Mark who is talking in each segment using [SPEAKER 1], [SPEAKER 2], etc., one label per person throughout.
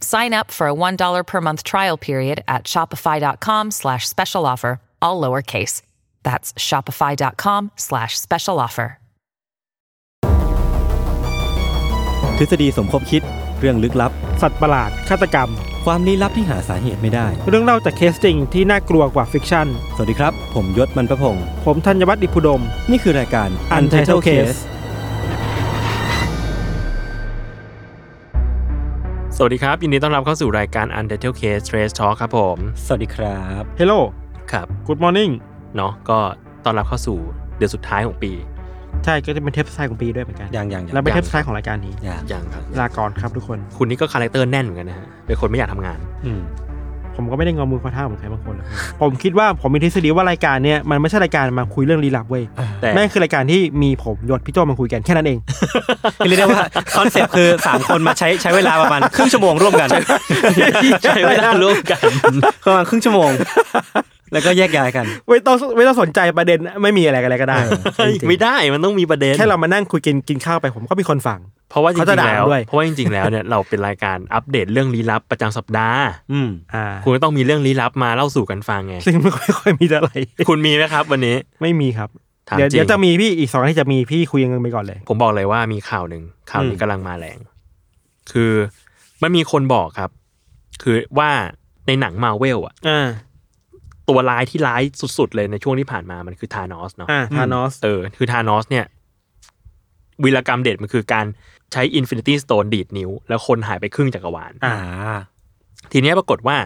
[SPEAKER 1] Sign up for a $1 per month trial period at shopify.com slash special offer, all lowercase. That's shopify.com slash special offer.
[SPEAKER 2] ทฤษฎีสมคบคิดเรื่องลึกลับ
[SPEAKER 3] สัตว์ประหลาด ฆาตกรรม
[SPEAKER 2] ความลี้ลับที่หาสาเหตุไม่ได้
[SPEAKER 3] เรื่องเล่าจากเคสจริงที่น่ากลัวกว่าฟิกชั่น
[SPEAKER 2] สวัสดีครับ ผมยศมันประพงศ์
[SPEAKER 3] ผมธัญวัฒน์อิพุดม
[SPEAKER 2] นี่คือรายการ
[SPEAKER 3] Untitled Case
[SPEAKER 4] สวัสดีครับ ยินดีต้อนรับเข้าสู่รายการ Untitled Case Trace Talk ครับผม
[SPEAKER 2] สวัสดีครับ
[SPEAKER 3] เฮลโล
[SPEAKER 4] ครับ
[SPEAKER 3] กูดมอร์นิ่ง
[SPEAKER 4] เนาะก็ต้อนรับเข้าสู่เดือนสุดท้ายของปี
[SPEAKER 3] ใช่ก็จะเป็นเทปสุดท้ายของปีด้วยเหมือนกัน
[SPEAKER 2] ยังยังยัง
[SPEAKER 3] และเป็น
[SPEAKER 4] ยั
[SPEAKER 3] เท
[SPEAKER 4] ง
[SPEAKER 3] ปสุดท้ายของรายการนี้
[SPEAKER 2] ยัง
[SPEAKER 4] ยังครับ
[SPEAKER 3] ลาก่อนครับทุกคน
[SPEAKER 4] คุณนี่ก็คาแรคเตอร์แน่นเหมือนกันนะฮะ เป็นคนไม่อยากทำงาน
[SPEAKER 2] อืม
[SPEAKER 3] ผมก็ไม่ได้งอมือคว้าเท้าเหมือนใครบางคนหรอกผมคิดว่าผมมีทฤษฎีว่ารายการเนี้ยมันไม่ใช่รายการมาคุยเรื่องลี้ลับเว้ย
[SPEAKER 4] แต่
[SPEAKER 3] แม่งคือรายการที่มีผมยศพี่โจมาคุยกันแค่นั้นเอง
[SPEAKER 2] คือเรียกได้ว่า คอนเซปต์คือ 3 คนมาใช้ใช้เวลาประมาณ ครึ่งชั่วโมงร่วมกัน
[SPEAKER 4] ใช้เวลาร่วมกัน
[SPEAKER 2] ประมาณครึ่งชั่วโมง แล้วก็แยกย้ายกัน
[SPEAKER 3] ไม่ต้องไม่ต้องสนใจประเด็นไม่มีอะไรกันเลยก็ได้จริงๆ
[SPEAKER 4] ไม่ได้มันต้องมีประเด็น
[SPEAKER 3] แค่เรามานั่งคุยกินกินข้าวไปผมก็มีคนฟัง
[SPEAKER 4] เพราะว่าจริ
[SPEAKER 3] เขาจะ
[SPEAKER 4] งๆ
[SPEAKER 3] ด่า
[SPEAKER 4] แล้ว
[SPEAKER 3] ด้วย
[SPEAKER 4] เพราะว่าจริงๆแล้วเนี่ย เราเป็นรายการอัปเดตเรื่องลี้ลับประจำสัปดาห์
[SPEAKER 2] อืม
[SPEAKER 3] อ่า
[SPEAKER 4] คุณก็ต้องมีเรื่องลี้ลับมาเล่าสู่กันฟังไง
[SPEAKER 3] ซึ่งไม่ค่อยมี เท่าไหร่
[SPEAKER 4] คุณมีไหมครับ วันนี้
[SPEAKER 3] ไม่มีครับ
[SPEAKER 4] ถาม
[SPEAKER 3] เดี๋ยว
[SPEAKER 4] จริง
[SPEAKER 3] เดี๋ยวจะมีพี่อีกสองอาที่จะมีพี่คุยกันไปก่อนเลย
[SPEAKER 4] ผมบอกเลยว่ามีข่าวหนึ่งข่าวนี้กำลังมาแรง คือมันมีคนบอกครับ คือว่าในหนังมาเวลอะ
[SPEAKER 3] อ่า
[SPEAKER 4] ตัวร้ายที่ร้ายสุด ๆ เลยในช่วงที่ผ่านมามันคือธานอสเนาะ
[SPEAKER 3] อ่าธานอส
[SPEAKER 4] เออ คือธานอสเนี่ยวีรกรรมเด็ดมันคือการใช้อินฟินิตี้สโตนดีดนิ้ว แล้วคนหายไปครึ่งจักรวาล
[SPEAKER 3] อ่า
[SPEAKER 4] ทีเนี้ยปรากฏว่า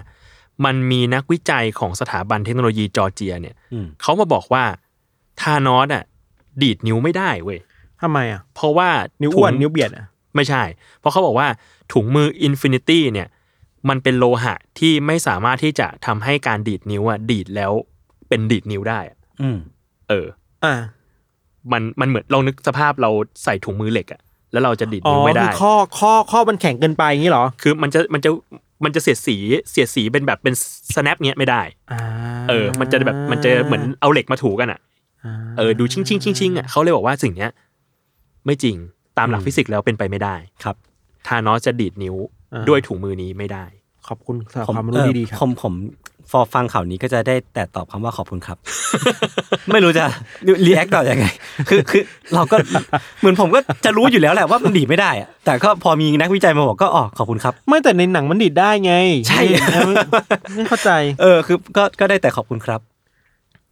[SPEAKER 4] มันมีนักวิจัยของสถาบันเทคโนโลยีจอร์เจีย เนี่ย
[SPEAKER 2] อืม
[SPEAKER 4] เขามาบอกว่าธานอสอ่ะดีดนิ้วไม่ได้เว้ย
[SPEAKER 3] ทำไมอ่ะ
[SPEAKER 4] เพราะว่า
[SPEAKER 3] นิ้วอ้วน
[SPEAKER 4] ถุง
[SPEAKER 3] นิ้วเบียดอ่ะ
[SPEAKER 4] ไม่ใช่ เพราะเขาบอกว่าถุงมืออินฟินิตี้เนี่ย มันเป็นโลหะที่ไม่สามารถที่จะทำให้การดีดนิ้วอ่ะดีดแล้วเป็นดีดนิ้วได้อะ
[SPEAKER 2] อืม
[SPEAKER 4] เออ
[SPEAKER 3] อ่า
[SPEAKER 4] มันมันเหมือนลองนึกสภาพเราใส่ถุงมือเหล็กอะแล้วเราจะดิด
[SPEAKER 3] อ๋อ
[SPEAKER 4] นิ้วไม่
[SPEAKER 3] คื
[SPEAKER 4] ได้
[SPEAKER 3] อข้อข้อข้อมันแข็งเกินไปอย่างนี้เหรอ
[SPEAKER 4] คือมันจะมันจะมันจะเสียดสีเสียดสีเป็นแบบเป็น snap เนี้ยไม่ได้
[SPEAKER 3] อ่า
[SPEAKER 4] เออ มันจะแบบมันจะเหมือนเอาเหล็กมาถูกันอะเออดูชิงชิงชิงชิงอะเขาเลยบอกว่าสิ่งเนี้ย ไม่จริงตามหลักฟิสิกส์แล้วเป็นไปไม่ได้
[SPEAKER 2] ครับ
[SPEAKER 4] ทานอสจะดีดนิ้วด้วยถุงมือนี้ไม่ได้
[SPEAKER 3] ขอบคุณสำหรับความรู้
[SPEAKER 2] เอ่อ
[SPEAKER 3] ดีๆครับ
[SPEAKER 2] ผมผมพอฟังข่าวนี้ก็จะได้แต่ตอบคำว่าขอบคุณครับ ไม่รู้จะรีแอคต่อยังไง คือคือเราก็เหมือนผมก็จะรู้อยู่แล้วแหละว่ามันดีดไม่ได้อะแต่ก็พอมีนักวิจัยมาบอกก็อ๋อขอบคุณครับ
[SPEAKER 3] ไม่แต่ในหนังมันดีดได้ไง
[SPEAKER 2] ใช่
[SPEAKER 3] เออไม่เข้าใจ
[SPEAKER 2] เออคือก็ก็ได้แต่ขอบคุณครับ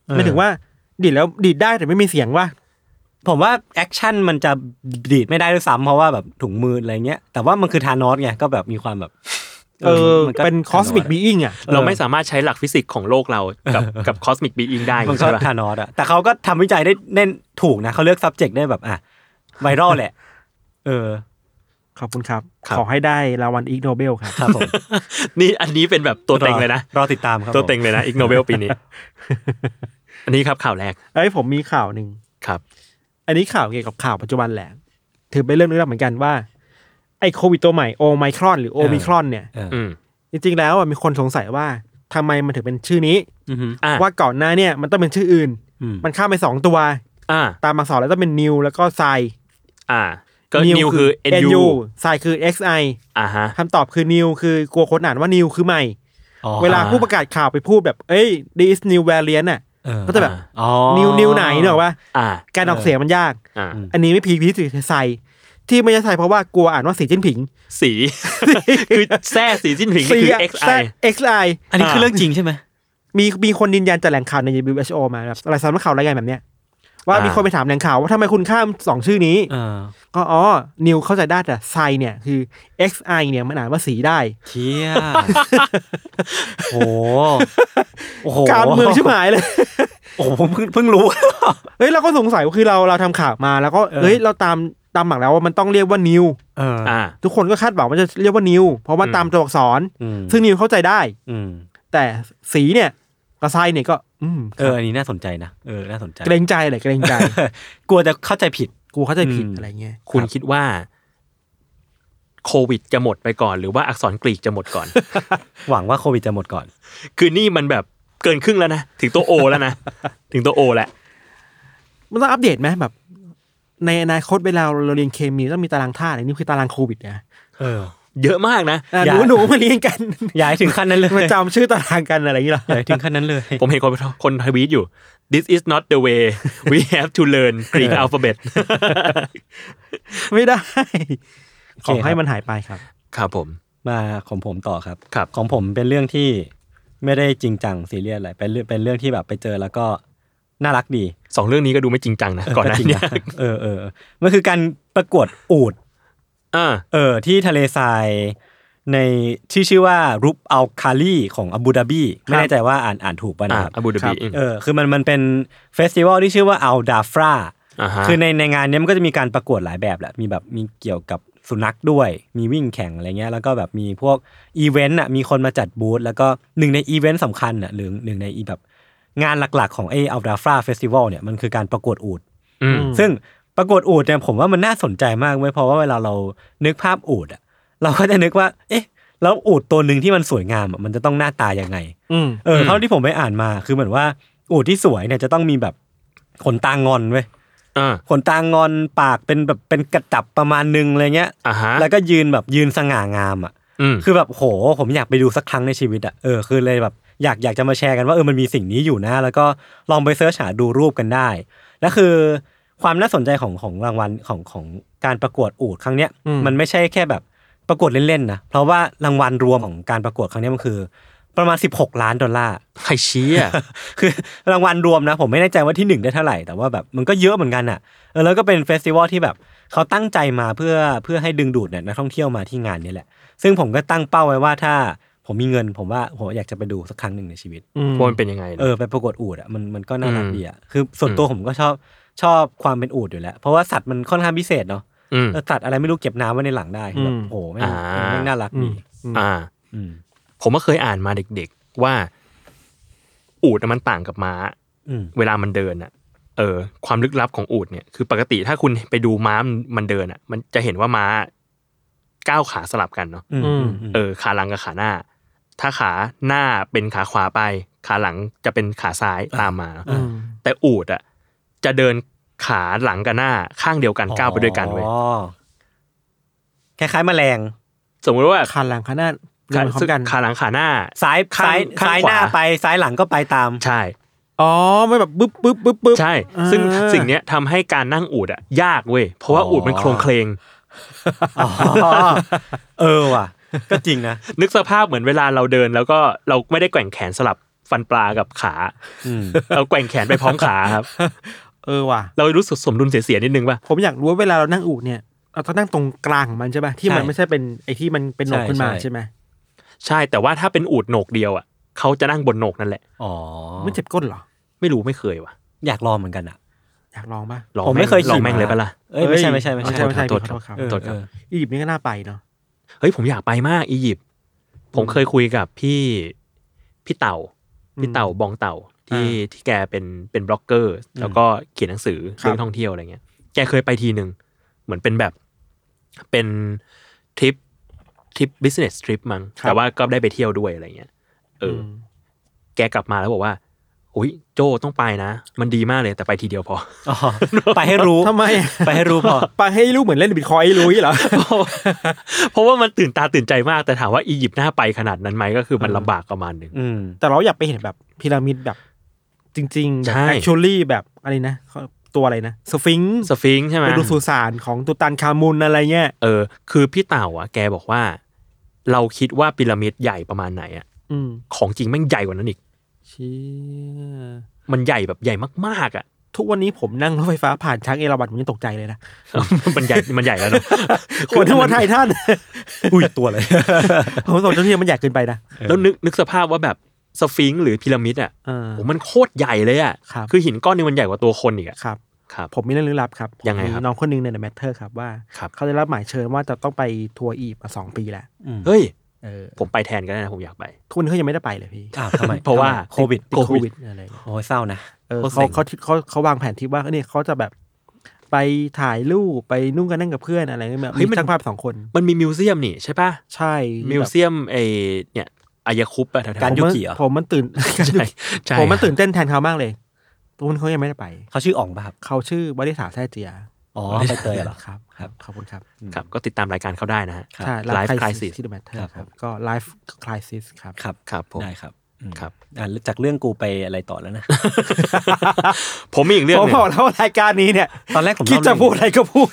[SPEAKER 3] ไม่ถึงว่า ดีดแล้วดีดได้แต่ไม่มีเสียงว่ะ
[SPEAKER 2] ผมว่าแอคชั่นมันจะดีดไม่ได้ด้วยซ้ำเพราะว่าแบบถุงมืออะไรเงี้ย แต่ว่ามันคือทานอสไงก็แบบมีความแบบ
[SPEAKER 3] เออ
[SPEAKER 2] มั
[SPEAKER 3] เป็นคอส m ิกบีอิงอ่ะ
[SPEAKER 4] เราไม่สามารถใช้หลักฟิสิกส์ของโลกเรากับกับคอสมิกบีอิงได้
[SPEAKER 2] มันก็
[SPEAKER 4] ใช่ปะ
[SPEAKER 2] ทานอสอะแต่เขาก็ทำวิจัยได้แน่นถูกนะเขาเลือก subject ได้แบบอ่ะไวรัลแหละ เออ
[SPEAKER 3] ขอบคุณครับ ขอให้ได้รางวัลอีกโนเบลครับ
[SPEAKER 2] ครับผม
[SPEAKER 4] นี่อันนี้เป็นแบบตัวเต็งเลยนะ
[SPEAKER 2] รอติดตามครับ
[SPEAKER 4] ตัวเต็งเลยนะอีกโนเบลปีนี้ อันนี้ครับข่าวแรก
[SPEAKER 3] เอ้ยผมมีข่าวหนึ่ง
[SPEAKER 4] ครับ
[SPEAKER 3] อันนี้ข่าวเกี่ยวกับข่าวปัจจุบันแหละ ถือเป็นเรื่องนึกลับเหมือนกันว่า ไอ้โควิดตัวใหม่โอไมครอนหรือโอมิครอนเนี่ย
[SPEAKER 4] อืม
[SPEAKER 3] จริงๆแล้วอ่ะมีคนสงสัยว่าทำไมมันถึงเป็นชื่อนี้
[SPEAKER 2] อือฮึ
[SPEAKER 4] อ่ะ
[SPEAKER 3] ว่าก่อนหน้าเนี่ยมันต้องเป็นชื่ออื่น
[SPEAKER 2] อืม
[SPEAKER 3] มันข้ามไปสองตัว
[SPEAKER 4] อ่า
[SPEAKER 3] ตามมาสอนแล้วต้องเป็นนิวแล้วก็ไซ
[SPEAKER 4] อ่า ก็นิวคือ NU
[SPEAKER 3] ไซคือ XI
[SPEAKER 4] อ่าฮะ
[SPEAKER 3] คำตอบคือนิวคือกลัวคนอ่านว่านิวคือใหม่
[SPEAKER 2] อ๋อ
[SPEAKER 3] เวลาผู้ประกาศข่าวไปพูดแบบ เอ้ย this new variant น่ะ
[SPEAKER 2] เออ
[SPEAKER 3] ก็จะแบบ
[SPEAKER 2] อ๋อ
[SPEAKER 3] นิวนิวไหนเนอะว่า
[SPEAKER 4] อ่า
[SPEAKER 3] การออกเสียงมันยาก
[SPEAKER 4] อ่า
[SPEAKER 3] อันนี้ไม่พีพีสิไซที่ไม่ใช่ไซเพราะว่ากลัวอ่านว่าสีจิ้นผิง
[SPEAKER 4] สี คือแซ่สีจิ้นผิงนี่คือ
[SPEAKER 3] แซ่
[SPEAKER 4] XI
[SPEAKER 3] XI
[SPEAKER 2] อันนี้คือเรื่องจริงใช่ไหม
[SPEAKER 3] มีมีคนยืนยันจากแหล่งข่าวใน WHO มาแบบอะไรสำนักข่าวรายงานแบบเนี้ยว่า
[SPEAKER 2] อ่ามี
[SPEAKER 3] มีคนไปถามแหล่งข่าวว่าทำไมคุณข้ามสองชื่อนี้
[SPEAKER 2] เออ
[SPEAKER 3] ก็อ๋อ นิวเข้าใจได้แต่ไซเนี่ยคือ XI เนี่ยมันอ่านว่าสีได้
[SPEAKER 2] เชี่ยโอ้โหโอ้โห
[SPEAKER 3] การเมืองชิบหายเลย
[SPEAKER 2] โอ้โหผมเพิ่งเพิ่งรู้
[SPEAKER 3] เฮ้ยเราก็สงสัยว่าคือเราเราทำข่าวมาแล้วก็
[SPEAKER 2] เออ
[SPEAKER 3] เฮ้ยเราตามตามหมักแล้วว่ามันต้องเรียกว่านิว
[SPEAKER 2] เออ
[SPEAKER 4] อ่า
[SPEAKER 3] ทุกคนก็คาดหวังว่าจะเรียกว่านิวเพราะว่า
[SPEAKER 4] อืม
[SPEAKER 3] ตามตัวอักษร
[SPEAKER 2] อืม
[SPEAKER 3] ซึ่งนิวเข้าใจได้
[SPEAKER 2] อืม
[SPEAKER 3] แต่สีเนี่ยกับไซเนี่ยก็ อืม
[SPEAKER 2] เอออันนี้น่าสนใจนะเออน่าสนใจ
[SPEAKER 3] เกรงใจแหละเกรงใจ
[SPEAKER 2] กลัวจะเข้าใจผิด
[SPEAKER 3] กูเข้าใจผิด
[SPEAKER 2] อืม
[SPEAKER 3] อะไรเงี้ย
[SPEAKER 4] คุณคิดว่า โควิดจะหมดไปก่อน หรือว่าอักษรกรีกจะหมดก่อน
[SPEAKER 2] หวังว่าโควิดจะหมดก่อน
[SPEAKER 4] คือนี่มันแบบเกินครึ่งแล้วนะ ถึงตัวโอแล้วนะ ถึงตัวโอแหละ
[SPEAKER 3] มันต้องอัปเดตไหมแบบ ในอนาคตเวลาเราเรียนเคมีต้องมีตารางธาตุอันนี้คือตารางโควิดนะ
[SPEAKER 2] เออ
[SPEAKER 4] เยอะมากนะ
[SPEAKER 3] อ่ะห
[SPEAKER 2] อย่า
[SPEAKER 3] นูหนูมาเรียนกัน
[SPEAKER 2] อย่าให้ถึงขั้นนั้นเลย
[SPEAKER 3] มาจำชื่อตารางกันอะไรอย่างเงี้ยหรอ
[SPEAKER 2] อย่าให้ถึงขั้นนั้นเลย
[SPEAKER 4] ผมเห็นคนคนทวีตอยู่ this is not the way we have to learn Greek alphabet
[SPEAKER 3] ไม่ได้
[SPEAKER 2] โอเค
[SPEAKER 3] ขอ
[SPEAKER 2] ค
[SPEAKER 3] ให้
[SPEAKER 2] รับ
[SPEAKER 3] มันหายไปครับ
[SPEAKER 4] ครับผม
[SPEAKER 2] มาของผมต่อครับ
[SPEAKER 4] ครับ
[SPEAKER 2] ของผมเป็นเรื่องที่ไม่ได้จริงจังซีเรียสอะไรเป็นเรื่องเป็นเรื่องที่แบบไปเจอแล้วก็น่ารักดี
[SPEAKER 4] สองเรื่องนี้ก็ดูไม่จริงจังนะ ก่อนหน้า
[SPEAKER 2] จริง
[SPEAKER 4] เนี้
[SPEAKER 2] นะเออเออเออมันคือการประกวดอูด
[SPEAKER 4] อ่า
[SPEAKER 2] เออที่ทะเลทรายในที่ชื่อว่ารูปอัลคาลีของอับูดาบีไม่แน่ใจว่าอ่านอ่านถูกป่ะ
[SPEAKER 4] อ่า
[SPEAKER 2] นะครับ
[SPEAKER 4] อาบูดาบี
[SPEAKER 2] เออคือมันมันเป็นเฟสติวัลที่ชื่อว่าอัลดาฟรา
[SPEAKER 4] อ่าฮะ
[SPEAKER 2] คือในในงานเนี้ยมันก็จะมีการประกวดหลายแบบแหละ มีแบบมีเกี่ยวกับสุนัขด้วย มีวิ่งแข่งอะไรเงี้ย แล้วก็แบบมีพวกอีเวนต์อ่ะ มีคนมาจัดบูธ แล้วก็หนึ่งในอีเวนต์สำคัญอ่ะหรือหนึ่งในอีแบบงานหลักๆของไออัลดาฟราเฟสติวัลเนี่ยมันคือการประกวดอูด
[SPEAKER 4] อืม
[SPEAKER 2] ซึ่งประกวดอูดเนี่ยผมว่ามันน่าสนใจมากเว้ยเพราะว่าเวลาเรานึกภาพอูดอ่ะ เราก็จะนึกว่า เอ๊ะ แล้วอูดตัวหนึ่งที่มันสวยงามอะมันจะต้องหน้าตายังไง
[SPEAKER 3] อืม
[SPEAKER 2] เออ
[SPEAKER 4] อืม
[SPEAKER 2] เท่าที่ผมไปอ่านมาคือเหมือนว่าอูดที่สวยเนี่ยจะต้องมีแบบขนตางอนเว้ย
[SPEAKER 4] อ่า
[SPEAKER 2] ขนตางอนปากเป็นแบบเป็นกระจับประมาณนึงอะไรเงี้ย
[SPEAKER 4] อ่าฮะ
[SPEAKER 2] แล้วก็ยืนแบบยืนสง่างามอ่ะ
[SPEAKER 4] อืม
[SPEAKER 2] คือแบบโหผมอยากไปดูสักครั้งในชีวิตอ่ะเออคือเลยแบบอยากอยากจะมาแชร์กันว่าเออมันมีสิ่งนี้อยู่นะ แล้วก็ลองไปเสิร์ชหาดูรูปกันได้และคือความน่าสนใจของของรางวัลของของการประกวดอูดครั้งเนี้ย
[SPEAKER 3] อืม
[SPEAKER 2] มันไม่ใช่แค่แบบประกวดเล่นๆนะเพราะว่ารางวัลรวมของการประกวดครั้งเนี้ยมันคือ ประมาณ 16 ล้านดอลลาร์
[SPEAKER 4] ใครเชี้อ่ะ
[SPEAKER 2] คือรางวัลรวมนะ ผมไม่แน่ใจว่าที่หนึ่งได้เท่าไหร่ แต่ว่าแบบมันก็เยอะเหมือนกันอ่ะเออแล้วก็เป็นเฟสติวัลที่แบบเขาตั้งใจมาเพื่อเพื่อให้ดึงดูดเนี่ยนักท่องเที่ยวมาที่งานนี้แหละ ซึ่งผมก็ตั้งเป้าไว้ว่าถ้าผมมีเงิน ผมว่าผมอยากจะไปดูสักครั้งหนึ่งในชีวิต
[SPEAKER 3] อืม
[SPEAKER 4] ว่ามันเป็นยังไงนะ
[SPEAKER 2] เออไปประกวดอูดอ่ะมันมันก็น่ารัก
[SPEAKER 4] อืม
[SPEAKER 2] ดีอ่ะคือส่วนตัวผมก็ชอบชอบความเป็นอูดอยู่แล้ว เพราะว่าสัตว์มันค่อนข้างพิเศษเนาะ
[SPEAKER 4] อืม
[SPEAKER 2] เออสัตว์อะไรไม่รู้เก็บน้ำไว้ในหลังได้คือแบบ
[SPEAKER 3] อืม
[SPEAKER 2] โอ้โหแม่ง
[SPEAKER 4] อ่า
[SPEAKER 2] แม่งน่ารักดี
[SPEAKER 4] อ่า
[SPEAKER 2] อืม
[SPEAKER 4] ผมก็เคยอ่านมาเด็กๆ ว่า อูดน่ะมันต่างกับม้า
[SPEAKER 2] อืม
[SPEAKER 4] เวลามันเดินอ่ะ เออ ความลึกลับของอูดเนี่ย คือปกติถ้าคุณไปดูม้ามันเดินอ่ะ มันจะเห็นว่าม้าก้าวขาสลับกันเนาะ
[SPEAKER 2] อืมม
[SPEAKER 4] เออ ขาหลังกับขาหน้า ถ้าขาหน้าเป็นขาขวาไป ขาหลังจะเป็นขาซ้ายตามมา
[SPEAKER 3] อืม
[SPEAKER 4] แต่อูดอ่ะ จะเดินขาหลังกับหน้าข้างเดียวกันก้าวไปด้วยกันเว้ย
[SPEAKER 2] อ๋อคล้ายๆแมลง
[SPEAKER 4] สมมติว่า
[SPEAKER 3] คันหลังคันหน้าเดิ
[SPEAKER 4] ขาน
[SPEAKER 3] พร้อมกัน
[SPEAKER 4] ขาหลังขาหน้า
[SPEAKER 2] ซ้าย
[SPEAKER 4] ข้าง
[SPEAKER 2] ซ้าย
[SPEAKER 4] ข้าง
[SPEAKER 2] ซ้าย
[SPEAKER 4] ขวา
[SPEAKER 2] หน้าไปซ้ายหลังก็ไปตาม
[SPEAKER 4] ใช่
[SPEAKER 3] อ๋อไม่แบบปึ๊บปึ๊บปึ๊บปึ๊บ
[SPEAKER 4] ใช่
[SPEAKER 3] อ่า
[SPEAKER 4] ซึ่งสิ่งเนี้ยทำให้การนั่งอูดอ่ะ ยากเว้ย เพราะว่า
[SPEAKER 2] อ๋ออู
[SPEAKER 4] อูดมันโครงเคลง
[SPEAKER 2] อ๋อเออว่ะ ก็จริงนะ
[SPEAKER 4] นึกสภาพเหมือนเวลาเราเดิน แล้วก็เราไม่ได้แกว่งแขนสลับฟันปลากับขา
[SPEAKER 2] อืม
[SPEAKER 4] เราแกว่งแขนไปพร้อมขาครับ
[SPEAKER 3] เออว่ะ
[SPEAKER 4] เรารู้สึกสมดุลเสียๆนิดนึงป่ะ
[SPEAKER 3] ผมอยากรู้ว่าเวลาเรานั่งอูดเนี่ยเราต้องนั่งตรงกลางของมันใช่ไหมที่มันไม่ใช่เป็นไอ้ที่มันเป็นหนกขึ้นมาใช่ไหม
[SPEAKER 4] ใช่ แต่ว่าถ้าเป็นอูดโหนกเดียวอ่ะ เขาจะนั่งบนโหนกนั่นแหละ
[SPEAKER 2] อ๋อ
[SPEAKER 3] ไม่เจ็บก้นเหรอ
[SPEAKER 4] ไม่รู้ไม่เคยว่ะ
[SPEAKER 2] อยากลองเหมือนกันอ่ะ
[SPEAKER 3] อยากลองปะ
[SPEAKER 4] ลอง
[SPEAKER 2] ผมไม่เคย
[SPEAKER 4] แงลองแม่ง
[SPEAKER 2] ขี่
[SPEAKER 4] เลย
[SPEAKER 2] ม้า
[SPEAKER 4] ปะล่ะ
[SPEAKER 2] เอ้ยไม่ใช่ไม่ใช่ไม่
[SPEAKER 3] ไม่
[SPEAKER 2] ใช่
[SPEAKER 3] ใช่ไม่ใช่
[SPEAKER 4] ข
[SPEAKER 3] ข
[SPEAKER 4] อ
[SPEAKER 3] อ
[SPEAKER 4] โท
[SPEAKER 3] โท
[SPEAKER 4] ษ
[SPEAKER 3] ษ
[SPEAKER 4] ค
[SPEAKER 3] ครั
[SPEAKER 4] รั
[SPEAKER 3] บ บ
[SPEAKER 2] เออ
[SPEAKER 4] โทษครับ
[SPEAKER 2] เออ
[SPEAKER 3] อียิปต์นี่ก็น่าไปเนาะ
[SPEAKER 4] เฮ้ยผมอยากไปมากอียิปต์ ผมเคยคุยกับพี่พี่เต่า พี่เต่าบองเต่าที่ที่แกเป็นเป็นบล็อกเกอร์ แล้วก็เขียนหนังสือเรื่องท่องเที่ยวอะไรเงี้ย แกเคยไปทีหนึ่งเหมือนเป็นแบบเป็นทริปทริปบิสเนสทริปมั้งแต่ว่าก็ได้ไปเที่ยวด้วยอะไรเงี้ยเอออแกกลับมาแล้วบอกว่าอุ้ยโจต้องไปนะ มันดีมากเลยแต่ไปทีเดียว พอ
[SPEAKER 2] อ๋อไปให้รู้
[SPEAKER 3] ทำไม
[SPEAKER 2] ไปให้รู้พอ
[SPEAKER 3] ไปให้รู้เหมือนเล่นบิตคอยน์ให้รู้อย่างงี้เหรอ
[SPEAKER 4] เพราะว่ามันตื่นตาตื่นใจมากแต่ถามว่าอียิปต์น่าไปขนาดนั้นไหมก็คือมันลำบากประมาณหนึ่ง
[SPEAKER 2] อืม
[SPEAKER 3] แต่เราอยากไปเห็นแบบพีระมิดแบบ จริงๆ แบบ
[SPEAKER 4] ใช่
[SPEAKER 3] actually แบบอะไรนะเขาตัวอะไรนะสฟิงค์
[SPEAKER 4] สฟิงค์ใช่ไหม
[SPEAKER 3] ไปดูสุสานของตุตันคามุนอะไรเงี้ย
[SPEAKER 4] เออคือพี่เต่าอ่ะแกบอกว่า เราคิดว่าพีระมิดใหญ่ประมาณไหนอ่ะ
[SPEAKER 3] อืม
[SPEAKER 4] ของจริงแม่งใหญ่กว่านั้นอีก
[SPEAKER 3] เชี่ย
[SPEAKER 4] มันใหญ่แบบใหญ่มากๆอ่ะ
[SPEAKER 3] ทุกวันนี้ผมนั่งรถไฟฟ้าผ่านช้างเอราวัณผมยังตกใจเลยนะ
[SPEAKER 4] มันใหญ่มันใหญ่แล้วเนอะ
[SPEAKER 3] คนทั้งว่าไทยท่าน
[SPEAKER 2] อุ้ยตัวเลย
[SPEAKER 3] ผมสงสัยที่มันใหญ่เกินไปนะ
[SPEAKER 4] แล้วนึกนึกสภาพว่าแบบสฟิงค์หรือพีระมิดอ่ะ
[SPEAKER 3] เออ
[SPEAKER 4] โอ้มันโคตรใหญ่เลยอ่ะ
[SPEAKER 3] ครับ
[SPEAKER 4] อหินก้อนนึงมันใหญ่กว่าตัวคนอีกอ่ะ
[SPEAKER 3] ครับ
[SPEAKER 4] ครับ
[SPEAKER 3] ผมมีเรื่องลึกลับครับ
[SPEAKER 4] ยังไงครับ
[SPEAKER 3] มีน้องคนหนึงใน The Matter ครับว่า
[SPEAKER 4] ครับ
[SPEAKER 3] เขาได้รับหมายเชิญว่าจะต้องไปทัวร์อีฟมาสองปีแล้ว
[SPEAKER 4] เฮ้ย
[SPEAKER 3] เออ
[SPEAKER 4] ผมไปแทนก็ได้นะผมอยากไป
[SPEAKER 3] ทุกวันนเขายังไม่ได้ไปเลยพี่
[SPEAKER 2] อ้าวทำไม
[SPEAKER 4] เพราะว่า
[SPEAKER 2] โควิด
[SPEAKER 3] ติดโควิดอะไรอย่างเงี้ย
[SPEAKER 2] โอ้ยเศร้านะ
[SPEAKER 3] เออ
[SPEAKER 2] โคตรเซ็
[SPEAKER 3] เขา
[SPEAKER 2] ง
[SPEAKER 3] เขาเขาเขาวางแผนที่ว่าเนี่ยเขาจะแบบไปถ่ายรูปไปนุ่งกันนั่งกับเพื่อนอะไรเงี้ยแบบ
[SPEAKER 4] เฮ้
[SPEAKER 3] มี
[SPEAKER 4] ยมัน
[SPEAKER 3] ช่างภาพสองคน
[SPEAKER 4] มันมีมิวเซียมนี่ใช่ปะ
[SPEAKER 3] ใช่
[SPEAKER 4] มิวเซียมไอเนี่ยอายาคุปอะแถวๆ
[SPEAKER 2] การ
[SPEAKER 3] ผม
[SPEAKER 2] ยุ
[SPEAKER 3] มัน
[SPEAKER 2] กิเหรอ
[SPEAKER 3] ผมมันตื่น
[SPEAKER 4] ใช่ใช่
[SPEAKER 3] ผมมันตื่นเต้นแทนเขามากเลยทุกวันนเขายังไม่ได้ไป
[SPEAKER 2] เขาชื่ออ่องป่ะครับ
[SPEAKER 3] เขาชื่อบริษัทแท้เจีย
[SPEAKER 2] อ๋อใบเตยเหรอ
[SPEAKER 3] ครับ
[SPEAKER 2] ครับ
[SPEAKER 3] ขอบคุณครับ
[SPEAKER 4] ครับ ก็ติดตามรายการเขาได้นะฮะ
[SPEAKER 2] ครับ
[SPEAKER 3] ใช่
[SPEAKER 4] ไล
[SPEAKER 3] ไล
[SPEAKER 4] ฟ์
[SPEAKER 3] ฟ์
[SPEAKER 4] คลา
[SPEAKER 3] คาย ย
[SPEAKER 4] สิ
[SPEAKER 3] สิสที่เดอะแมทเทอ
[SPEAKER 2] ครั
[SPEAKER 3] ร์
[SPEAKER 2] บ
[SPEAKER 3] ครับ ก็ไลฟ์คลายสิสครับ
[SPEAKER 2] ครับ
[SPEAKER 4] ครับผม
[SPEAKER 2] ได้ครับอืม
[SPEAKER 4] ครับ
[SPEAKER 2] อ่าจากเรื่องกูไปอะไรต่อแล้วนะ
[SPEAKER 4] ผมมีอีกเรื่อง
[SPEAKER 3] ผม
[SPEAKER 4] หนึง
[SPEAKER 3] บอกแล้วว่ารายการนี้เนี่ย
[SPEAKER 2] ตอนแรกผม
[SPEAKER 3] คิด
[SPEAKER 2] เล่า
[SPEAKER 3] จะ
[SPEAKER 2] เรื่อง
[SPEAKER 3] พูดอะไรก็พูด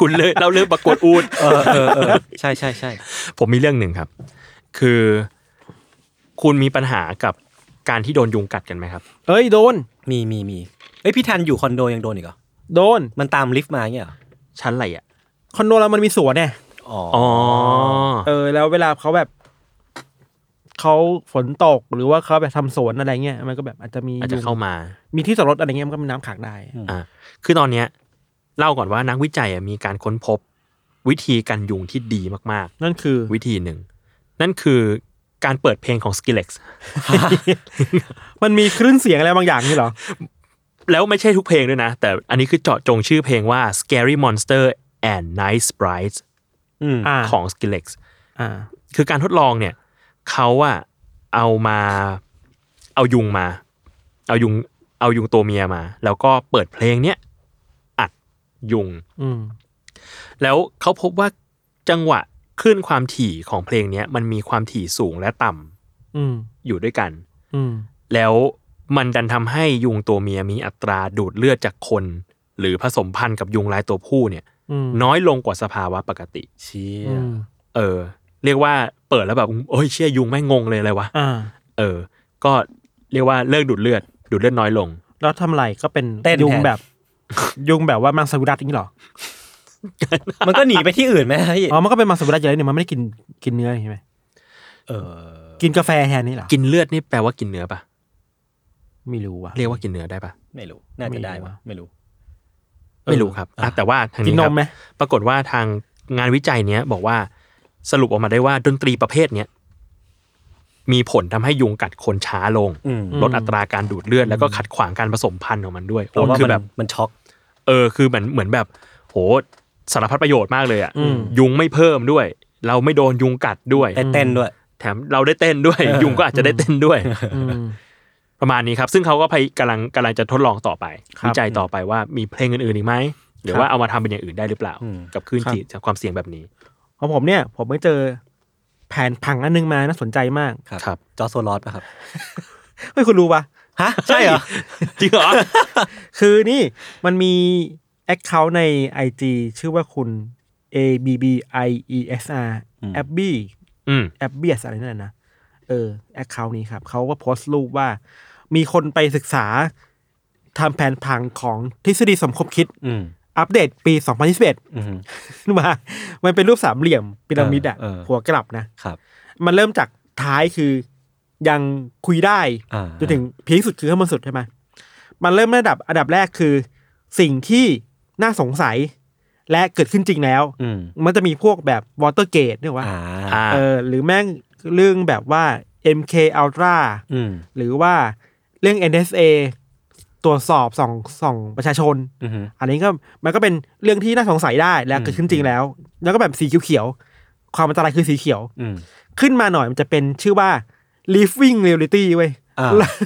[SPEAKER 4] คุณเลยเราเรื่องประกวดอูด
[SPEAKER 2] เออเออเออใช่ใช่ใช่
[SPEAKER 4] ผมมีเรื่องหนึ่งครับ คือคุณมีปัญหากับการที่โดนยุงกัดกันไหมครับ
[SPEAKER 3] เอ้ยโดน
[SPEAKER 2] มีมีมีเอ้ยพี่ทันอยู่คอนโดยังโดนอีกเหรอ
[SPEAKER 3] โดน
[SPEAKER 2] มันตามลิฟต์มาเงี้ยเหรอ
[SPEAKER 4] ชั้นอะไรอ่ะ
[SPEAKER 3] คอนโดเรามันมีสวนเนี่ย
[SPEAKER 2] อ๋อ
[SPEAKER 4] อ๋อ
[SPEAKER 3] เออ แล้วเวลาเขาแบบ เขาฝนตกหรือว่าเขาแบบทำสวนอะไรเงี้ย มันก็แบบอาจจะมี
[SPEAKER 4] อาจจะเข้ามา
[SPEAKER 3] มีที่จอดรถอะไรเงี้ยมันก็มีน้ำขังได้
[SPEAKER 4] อ่าคือตอนเนี้ยเล่าก่อนว่านักวิจัยอะมีการค้นพบวิธีกันยุงที่ดีมาก
[SPEAKER 3] นั่นคือ
[SPEAKER 4] ๆ วิธีหนึ่ง นั่นคือการเปิดเพลงของ Skillex
[SPEAKER 3] มันมีคลื่นเสียงอะไรบางอย่างนี่เหรอ
[SPEAKER 4] แล้วไม่ใช่ทุกเพลงด้วยนะ แต่อันนี้คือเจาะจงชื่อเพลงว่า Scary Monster and Night Sprites
[SPEAKER 2] อืม
[SPEAKER 3] อ่า
[SPEAKER 4] ของ Skillex
[SPEAKER 3] อ่า
[SPEAKER 4] คือการทดลองเนี่ยเขาอะเอามาเอายุงมา เอายุงเอายุงตัวเมียมา แล้วก็เปิดเพลงเนี้ยอัดยุง
[SPEAKER 3] อืม
[SPEAKER 4] แล้วเขาพบว่าจังหวะคลื่นความถี่ของเพลงเนี้ยมันมีความถี่สูงและต่ำ
[SPEAKER 3] อืม
[SPEAKER 4] อยู่ด้วยกัน
[SPEAKER 3] อืม
[SPEAKER 4] แล้วมันดันทำให้ยุงตัวเมียมีอัตราดูดเลือดจากคน หรือผสมพันธุ์กับยุงลายตัวผู้เนี่ย
[SPEAKER 3] อืม
[SPEAKER 4] น้อยลงกว่าสภาวะปกติ
[SPEAKER 2] เชี่ย
[SPEAKER 3] อืม
[SPEAKER 4] เออ เรียกว่าเปิดแล้วแบบโอ้ยเชี่ยยุงแม่งงงเลยอะไรวะ
[SPEAKER 3] อ่า
[SPEAKER 4] เออ ก็เรียกว่าเลิกดูดเลือด ดูดเลือดน้อยลง
[SPEAKER 3] แล้วทำไรก็เป็น
[SPEAKER 2] เต้นแทน
[SPEAKER 3] ยุงแบบ ยุงแบบว่ามังสวิรัตอย่างนี้เหรอ
[SPEAKER 2] มันก็หนีไปที่อื่นไหมพี่
[SPEAKER 3] อ๋อ มันก็เป็นมังสวิรัตอยู่แล้วนี่มันไม่ได้กินกินเนื้อใช่ไหม
[SPEAKER 2] เออ
[SPEAKER 3] กินกาแฟแทนนี่เหรอ
[SPEAKER 4] กินเลือดนี่แปลว่ากินเนื้อปะ
[SPEAKER 3] ไม่รู้ว่ะ
[SPEAKER 4] เรียกว่ากินเนื้อได้ปะ
[SPEAKER 2] ไม่รู้น่าจะได้
[SPEAKER 3] ไม่รู้
[SPEAKER 2] ปะ
[SPEAKER 3] อะ
[SPEAKER 2] ไม่รู้
[SPEAKER 4] ไม่รู้ครับอ่ะแต่ว่าทาง
[SPEAKER 3] กิน
[SPEAKER 4] นี้
[SPEAKER 3] น
[SPEAKER 4] ครั
[SPEAKER 3] ม
[SPEAKER 4] บ
[SPEAKER 3] ไหม
[SPEAKER 4] ปรากฏว่าทางงานวิจัยเนี้ยบอกว่าสรุปออกมาได้ว่าดนตรีประเภทเนี้ยมีผลทำให้ยุงกัดคนช้าลง
[SPEAKER 2] อืม
[SPEAKER 4] ลดอัตราการดูดเลือด แล้วก็ขัดขวางการผสมพันธุ์ของมันด้วย
[SPEAKER 2] เพราะ
[SPEAKER 4] โอ้
[SPEAKER 2] ว่า
[SPEAKER 4] คือ
[SPEAKER 2] มัน
[SPEAKER 4] แบบ
[SPEAKER 2] มันช็อก
[SPEAKER 4] เออคือเหมือนเหมือนแบบโหสารพัดประโยชน์มากเลยอ่ะ
[SPEAKER 2] อืม
[SPEAKER 4] ยุงไม่เพิ่มด้วย เราไม่โดนยุงกัดด้วย
[SPEAKER 2] ได้เต้นด้วย
[SPEAKER 4] แถมเราได้เต้นด้วย
[SPEAKER 2] เออ
[SPEAKER 4] ยุงก็อาจจะได้เต้นด้วย
[SPEAKER 3] อืม
[SPEAKER 4] ประมาณนี้ครับ ซึ่งเขาก็พยกำลังกำลังจะทดลองต่อไป
[SPEAKER 3] ครับ
[SPEAKER 4] วิจัยต่อไปว่ามีเพลงอื่นๆอีกไหม หรือว่าเอามาทำเป็นอย่างอื่นได้หรือเปล่า
[SPEAKER 2] อืม
[SPEAKER 4] กับคลื่น
[SPEAKER 3] ครับ
[SPEAKER 4] จีจากความเสี่ยงแบบนี้
[SPEAKER 3] ของผมเนี่ย ผมไปเจอ แผนผังอันนึงมาน่าสนใจมาก
[SPEAKER 2] ครับ
[SPEAKER 4] ครับ
[SPEAKER 2] จอร์จโซลอสป่ะครับ
[SPEAKER 3] เฮ้ยคุณรู้ปะ
[SPEAKER 2] ฮะ ใช่เหรอ
[SPEAKER 4] จริงเหรอ
[SPEAKER 3] คือนี่มันมีแอคเคาท์ใน IG ชื่อว่าคุณ A B B I E S R
[SPEAKER 2] อืม
[SPEAKER 3] แอบบี้
[SPEAKER 4] อืม
[SPEAKER 3] แอบเบียสอะไรนั่นแหละนะเออแอคเคาท์นี้ครับเขาก็โพสต์รูปว่า มีคนไปศึกษาทำแผนผังของทฤษฎีสมคบคิด
[SPEAKER 2] อืม
[SPEAKER 3] อัปเด ตปี 2021
[SPEAKER 2] อืม
[SPEAKER 3] มา มันเป็นรูปสามเหลี่ยมพีระมิดอะ
[SPEAKER 2] เออเออ
[SPEAKER 3] หัวกลับนะ
[SPEAKER 2] ครับ
[SPEAKER 3] มันเริ่มจากท้ายคือยังคุยได้
[SPEAKER 2] อ่า
[SPEAKER 3] จนถึงพีคสุดคือข้างบนสุดใช่ไหมมันเริ่มระดับอันดับแรกคือ สิ่งที่น่าสงสัยและเกิดขึ้นจริงแล้ว
[SPEAKER 2] อืม
[SPEAKER 3] มันจะมีพวกแบบวอเตอร์เกตเนี่ยว่า
[SPEAKER 2] อ่า
[SPEAKER 4] อ่า
[SPEAKER 3] เออหรือแม่งเรื่องแบบว่า MK Ultra
[SPEAKER 2] อืม
[SPEAKER 3] หรือว่าเรื่อง NSA ตรวจสอบส่องส่องประชาชน
[SPEAKER 2] อืม
[SPEAKER 3] อันนี้ก็มันก็เป็นเรื่องที่น่าสงสัยได้และเกิดขึ้นจริงแล้ว แล้วก็แบบสีเขียวๆความอันตรายคือสีเขียว
[SPEAKER 2] อืม
[SPEAKER 3] ขึ้นมาหน่อยมันจะเป็นชื่อว่า living reality เว้ย
[SPEAKER 2] อ่า
[SPEAKER 3] เริ่ม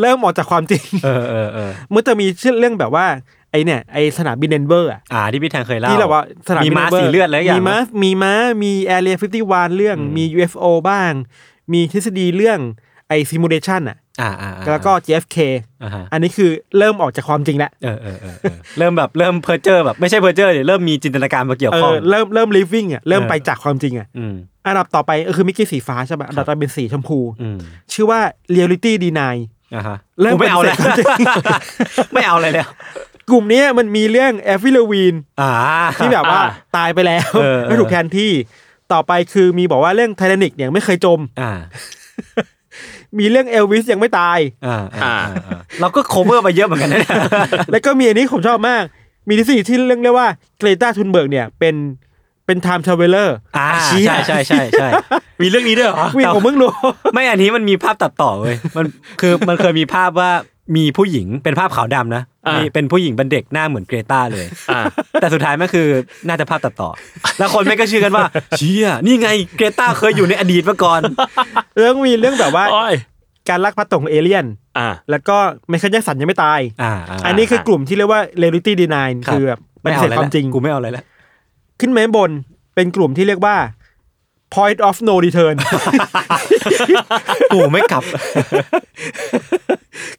[SPEAKER 3] เริ่มออกจากความจริง
[SPEAKER 2] เออเออเออ
[SPEAKER 3] มันจะมีชื่อเรื่องแบบว่าไอเนี่ยไอสนามบินเดนเวอร์อะ
[SPEAKER 2] อ่า ที่พี่แทนเคยเล่า
[SPEAKER 3] ที่เราว่าสนามบิน
[SPEAKER 2] มีม้า
[SPEAKER 3] ดนวร์
[SPEAKER 2] สีเลือดอะไรอย่าง
[SPEAKER 3] มีม้ามีม้ามี area 51 เรื่องมี UFO บ้าง มีทฤษฎีเรื่องไอ simulation อะ
[SPEAKER 2] อ่าอ่าอ่า
[SPEAKER 3] แล้วก็ JFK
[SPEAKER 2] อ่าฮะ
[SPEAKER 3] อันนี้คือเริ่มออกจากความจริงแล้ว
[SPEAKER 2] เออเออเออเออเริ่มแบบเริ่มเพอเจอร์แบบไม่ใช่เพอเจอร์เดี๋ยวเริ่มมีจินตนาการมาเกี่ยว
[SPEAKER 3] เอ
[SPEAKER 2] ข้อง
[SPEAKER 3] อเริ่มเริ่ม living อ่ะเริ่ม
[SPEAKER 2] เออ
[SPEAKER 3] ไปจากความจริงอ่ะ
[SPEAKER 2] อืม
[SPEAKER 3] อันดับต่อไปก็คือมิกกี้สีฟ้าใช่ปะอันดับต่อไปเป็นสีชมพู
[SPEAKER 2] อืม
[SPEAKER 3] ชื่อว่า reality deny
[SPEAKER 2] อ่าฮะ
[SPEAKER 3] เริ่ม
[SPEAKER 2] กูไม่เอาแล้ว
[SPEAKER 3] ปฏิเสธ
[SPEAKER 2] ไม่เอาเลยแล้ว
[SPEAKER 3] กลุ่มเนี้ยมันมีเรื่องแอฟริลวีน
[SPEAKER 2] อ่า
[SPEAKER 3] ที่แบบว่า
[SPEAKER 4] อ่า
[SPEAKER 3] ตายไปแล้ว
[SPEAKER 2] เออเออ
[SPEAKER 3] ไม่ถูกแทนที่ต่อไปคือมีบอกว่าเรื่องไททานิกเนี่ยไม่เคยจม
[SPEAKER 2] อ่า
[SPEAKER 3] มีเรื่องเอลวิสยังไม่ตาย
[SPEAKER 2] อ่าอ่าอ่าอ่าเราก็โคเวอร์มาเยอะเหมือนกันนะเนี่ย
[SPEAKER 3] แล้วก็มีอันนี้ผมชอบมาก มีทฤษฎีที่เรื่องเรียกว่าเกรตาทุนเบิร์กเนี่ยเป็นเป็นไทม์ทราเวลเลอร์
[SPEAKER 2] อ่าใช่ใช่ใช่ใช่
[SPEAKER 4] มีเรื่องนี้ด้วยเหรอ
[SPEAKER 3] วิ่งผมเพิ่งรู้
[SPEAKER 2] ไม่อันนี้มันมีภาพตัดต่อเว้ย มันคือมันเคยมีภาพว่ามีผู้หญิงเป็นภาพขาวดำนะ
[SPEAKER 4] อ่ามี
[SPEAKER 2] มีเป็นผู้หญิงเป็นเด็กหน้าเหมือนเกรตาเลย
[SPEAKER 4] อ่า
[SPEAKER 2] แต่สุดท้ายมันคือน่าจะภาพตัดต่อ แล้วคนไม่งก็เชื่อกันว่า เชี่ยนี่ไงเกรตาเคยอยู่ในอดีตมาก่อน
[SPEAKER 3] เรื่องมีเรื่องแบบว่า
[SPEAKER 4] โอ้ย
[SPEAKER 3] การลักพาตของเอเลี่ยน
[SPEAKER 4] อ่า
[SPEAKER 3] แล้วก็ไมเคิลแจ็คสันยังไม่ตาย
[SPEAKER 2] อ่า
[SPEAKER 3] อันนี้คือกลุ่มที่เรียกว่า reality deny
[SPEAKER 2] รับ
[SPEAKER 3] คือแบบป
[SPEAKER 2] ไม่
[SPEAKER 3] ฏิ
[SPEAKER 2] เอา
[SPEAKER 3] เสธ
[SPEAKER 2] อะไรแล้ว
[SPEAKER 3] คาว มจริง
[SPEAKER 2] กูไม่เอาอะไรแล้ว
[SPEAKER 3] ขึ้นมาข้างบนเป็นกลุ่มที่เรียกว่า point of no return
[SPEAKER 2] กูไม่กลับ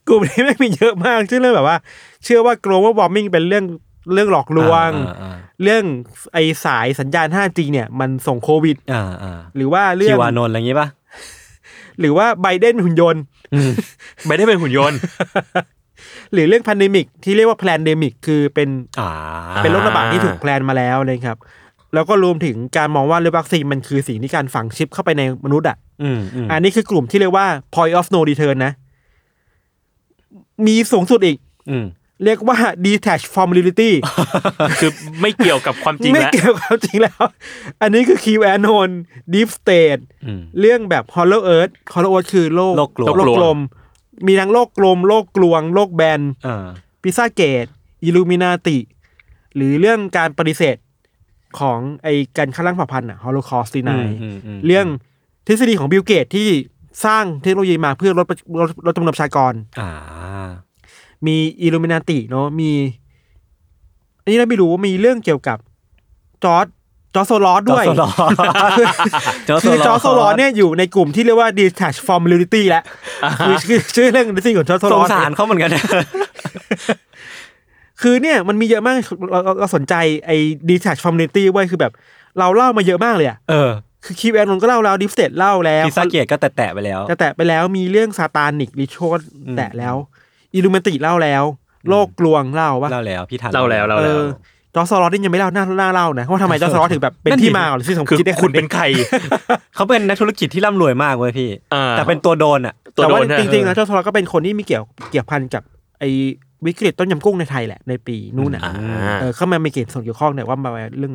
[SPEAKER 3] กลุ่มนี้ไม่งมีเยอะมากชื่อเรื่องแบบว่า เชื่อว่า global warming เป็นเรื่องเรื่องหลอกลวง
[SPEAKER 2] อ่า
[SPEAKER 3] เรื่องไอสายสัญญาณ 5G เนี่ยมันส่งโควิด
[SPEAKER 2] อ่าอ่า
[SPEAKER 3] หรือว่าเรื่
[SPEAKER 2] ชี
[SPEAKER 3] อง
[SPEAKER 2] วานนท์อะไรอย่างงี้ป่ะ
[SPEAKER 3] หรือว่าไบเดนหุ่นยนต์
[SPEAKER 4] ไม่ได้เป็นหุ่นยนต์
[SPEAKER 3] หรือเรื่องพันเดมิกที่เรียกว่าแพลนเดมิกคือเป็น
[SPEAKER 2] อ่า
[SPEAKER 3] เป็นโรคระบาดที่ถูกแพลนมาแล้วนะครับ แล้วก็รวมถึงการมองว่าเรื่องวัคซีนมันคือสิ่งที่การฝังชิปเข้าไปในมนุษย์อ่ะ
[SPEAKER 2] อืมอืม
[SPEAKER 3] อันนี้คือกลุ่มที่เรียกว่า point of no return นะ มีสูงสุดอีก
[SPEAKER 2] อืม
[SPEAKER 3] เรียกว่า detach from reality
[SPEAKER 4] คือไม่เกี่ยวกับความจริง
[SPEAKER 3] ไม่
[SPEAKER 4] แล้ว
[SPEAKER 3] เกี่ยวกับจริงแล้ว อันนี้คือ QAnon Deep State
[SPEAKER 2] อืม
[SPEAKER 3] เรื่องแบบ Hollow Earth Hollow Earth คือโลก
[SPEAKER 2] โลกกลม
[SPEAKER 3] โลกกลม มีทั้งโลกกลม โลกกลวง โลกแบน
[SPEAKER 2] อ่า
[SPEAKER 3] พิซซ่าเกตอิลูมินาติ หรือเรื่องการปฏิเสธของไอการฆ่าล้างเผ่าพันธุ์อะฮอโลคอสตีนาย
[SPEAKER 2] อืมอืม
[SPEAKER 3] เรื่องทฤษฎีของบิลเกตที่สร้างเทคโนโลยีมาเพื่อลดประลดลดจำนวนประชากร
[SPEAKER 2] อ่า
[SPEAKER 3] มีอิลูมินาติเนาะมี อันนี้เราไม่รู้ว่ามีเรื่องเกี่ยวกับจอร์ดจอร์ดโซลอสด้วย
[SPEAKER 2] จอร์จโซลอ สจอร์จโซลอส
[SPEAKER 3] คือจอร์ดโซลอสเนี่ยอยู่ในกลุ่มที่เรียกว่า detached from reality แล้วคือคือชื่อเรื่องทฤษฎีของจอร์ดโซ
[SPEAKER 2] ส
[SPEAKER 3] ล
[SPEAKER 2] ง
[SPEAKER 3] อส
[SPEAKER 2] สารเขาเหมือนกันนะ
[SPEAKER 3] คือเนี่ยมันมีเยอะมากเราเราเราสนใจไอ้ดีแทชฟอร์มเนตี้ไว้ยคือแบบ เราเล่ามาเยอะมากเลยอะ
[SPEAKER 2] เออ
[SPEAKER 3] คือคิวแอนนนก็เล่าแล้วดิฟสเตดเล่าแล้ว
[SPEAKER 2] พิซซ่าเกตก็แตะๆไปแล้ว
[SPEAKER 3] จะแตะไปแล้วมีเรื่องซาตานิกริชด
[SPEAKER 2] อืม
[SPEAKER 3] แตะแล้วอิลูเมนติเล่าแล้ว โลกกลวงเล่าว่า
[SPEAKER 2] เล่าแล้วพี่ทัน
[SPEAKER 4] เล่าแล้วเล่า
[SPEAKER 3] เอ
[SPEAKER 4] แล้ว
[SPEAKER 3] อจอร์จซอลอสนี่ยังไม่เล่าน่าน่าเล่านะว่าทำไมจอร์จซอลอสถึงแบบเป็นที่มาของที่สม
[SPEAKER 4] คือ
[SPEAKER 3] คิดได้
[SPEAKER 4] คุณเป็น
[SPEAKER 3] ขาด
[SPEAKER 4] ใคร
[SPEAKER 2] เขาเป็นนักธุรกิจที่ร่ำรวยมากเว้ยพี่
[SPEAKER 4] อ่า
[SPEAKER 2] แต่เป็นตัวโดนอ่ะ
[SPEAKER 4] ตัว
[SPEAKER 3] แต่
[SPEAKER 4] โด
[SPEAKER 3] ว่าน
[SPEAKER 4] นะ
[SPEAKER 3] จริงๆนะ
[SPEAKER 4] เออ
[SPEAKER 3] จอร์จซอลอสก็เป็นคนที่มีเกี่ยวเกี่ยวพันกับไอ้วิกฤตต้มยำกุ้งในไทยแหละในปีนู้นน่ะ
[SPEAKER 4] อ่า
[SPEAKER 3] เออเข้ามามีเกณฑ์ส่วนเกี่ยวข้องเนี่ยว่ามาเรื่อง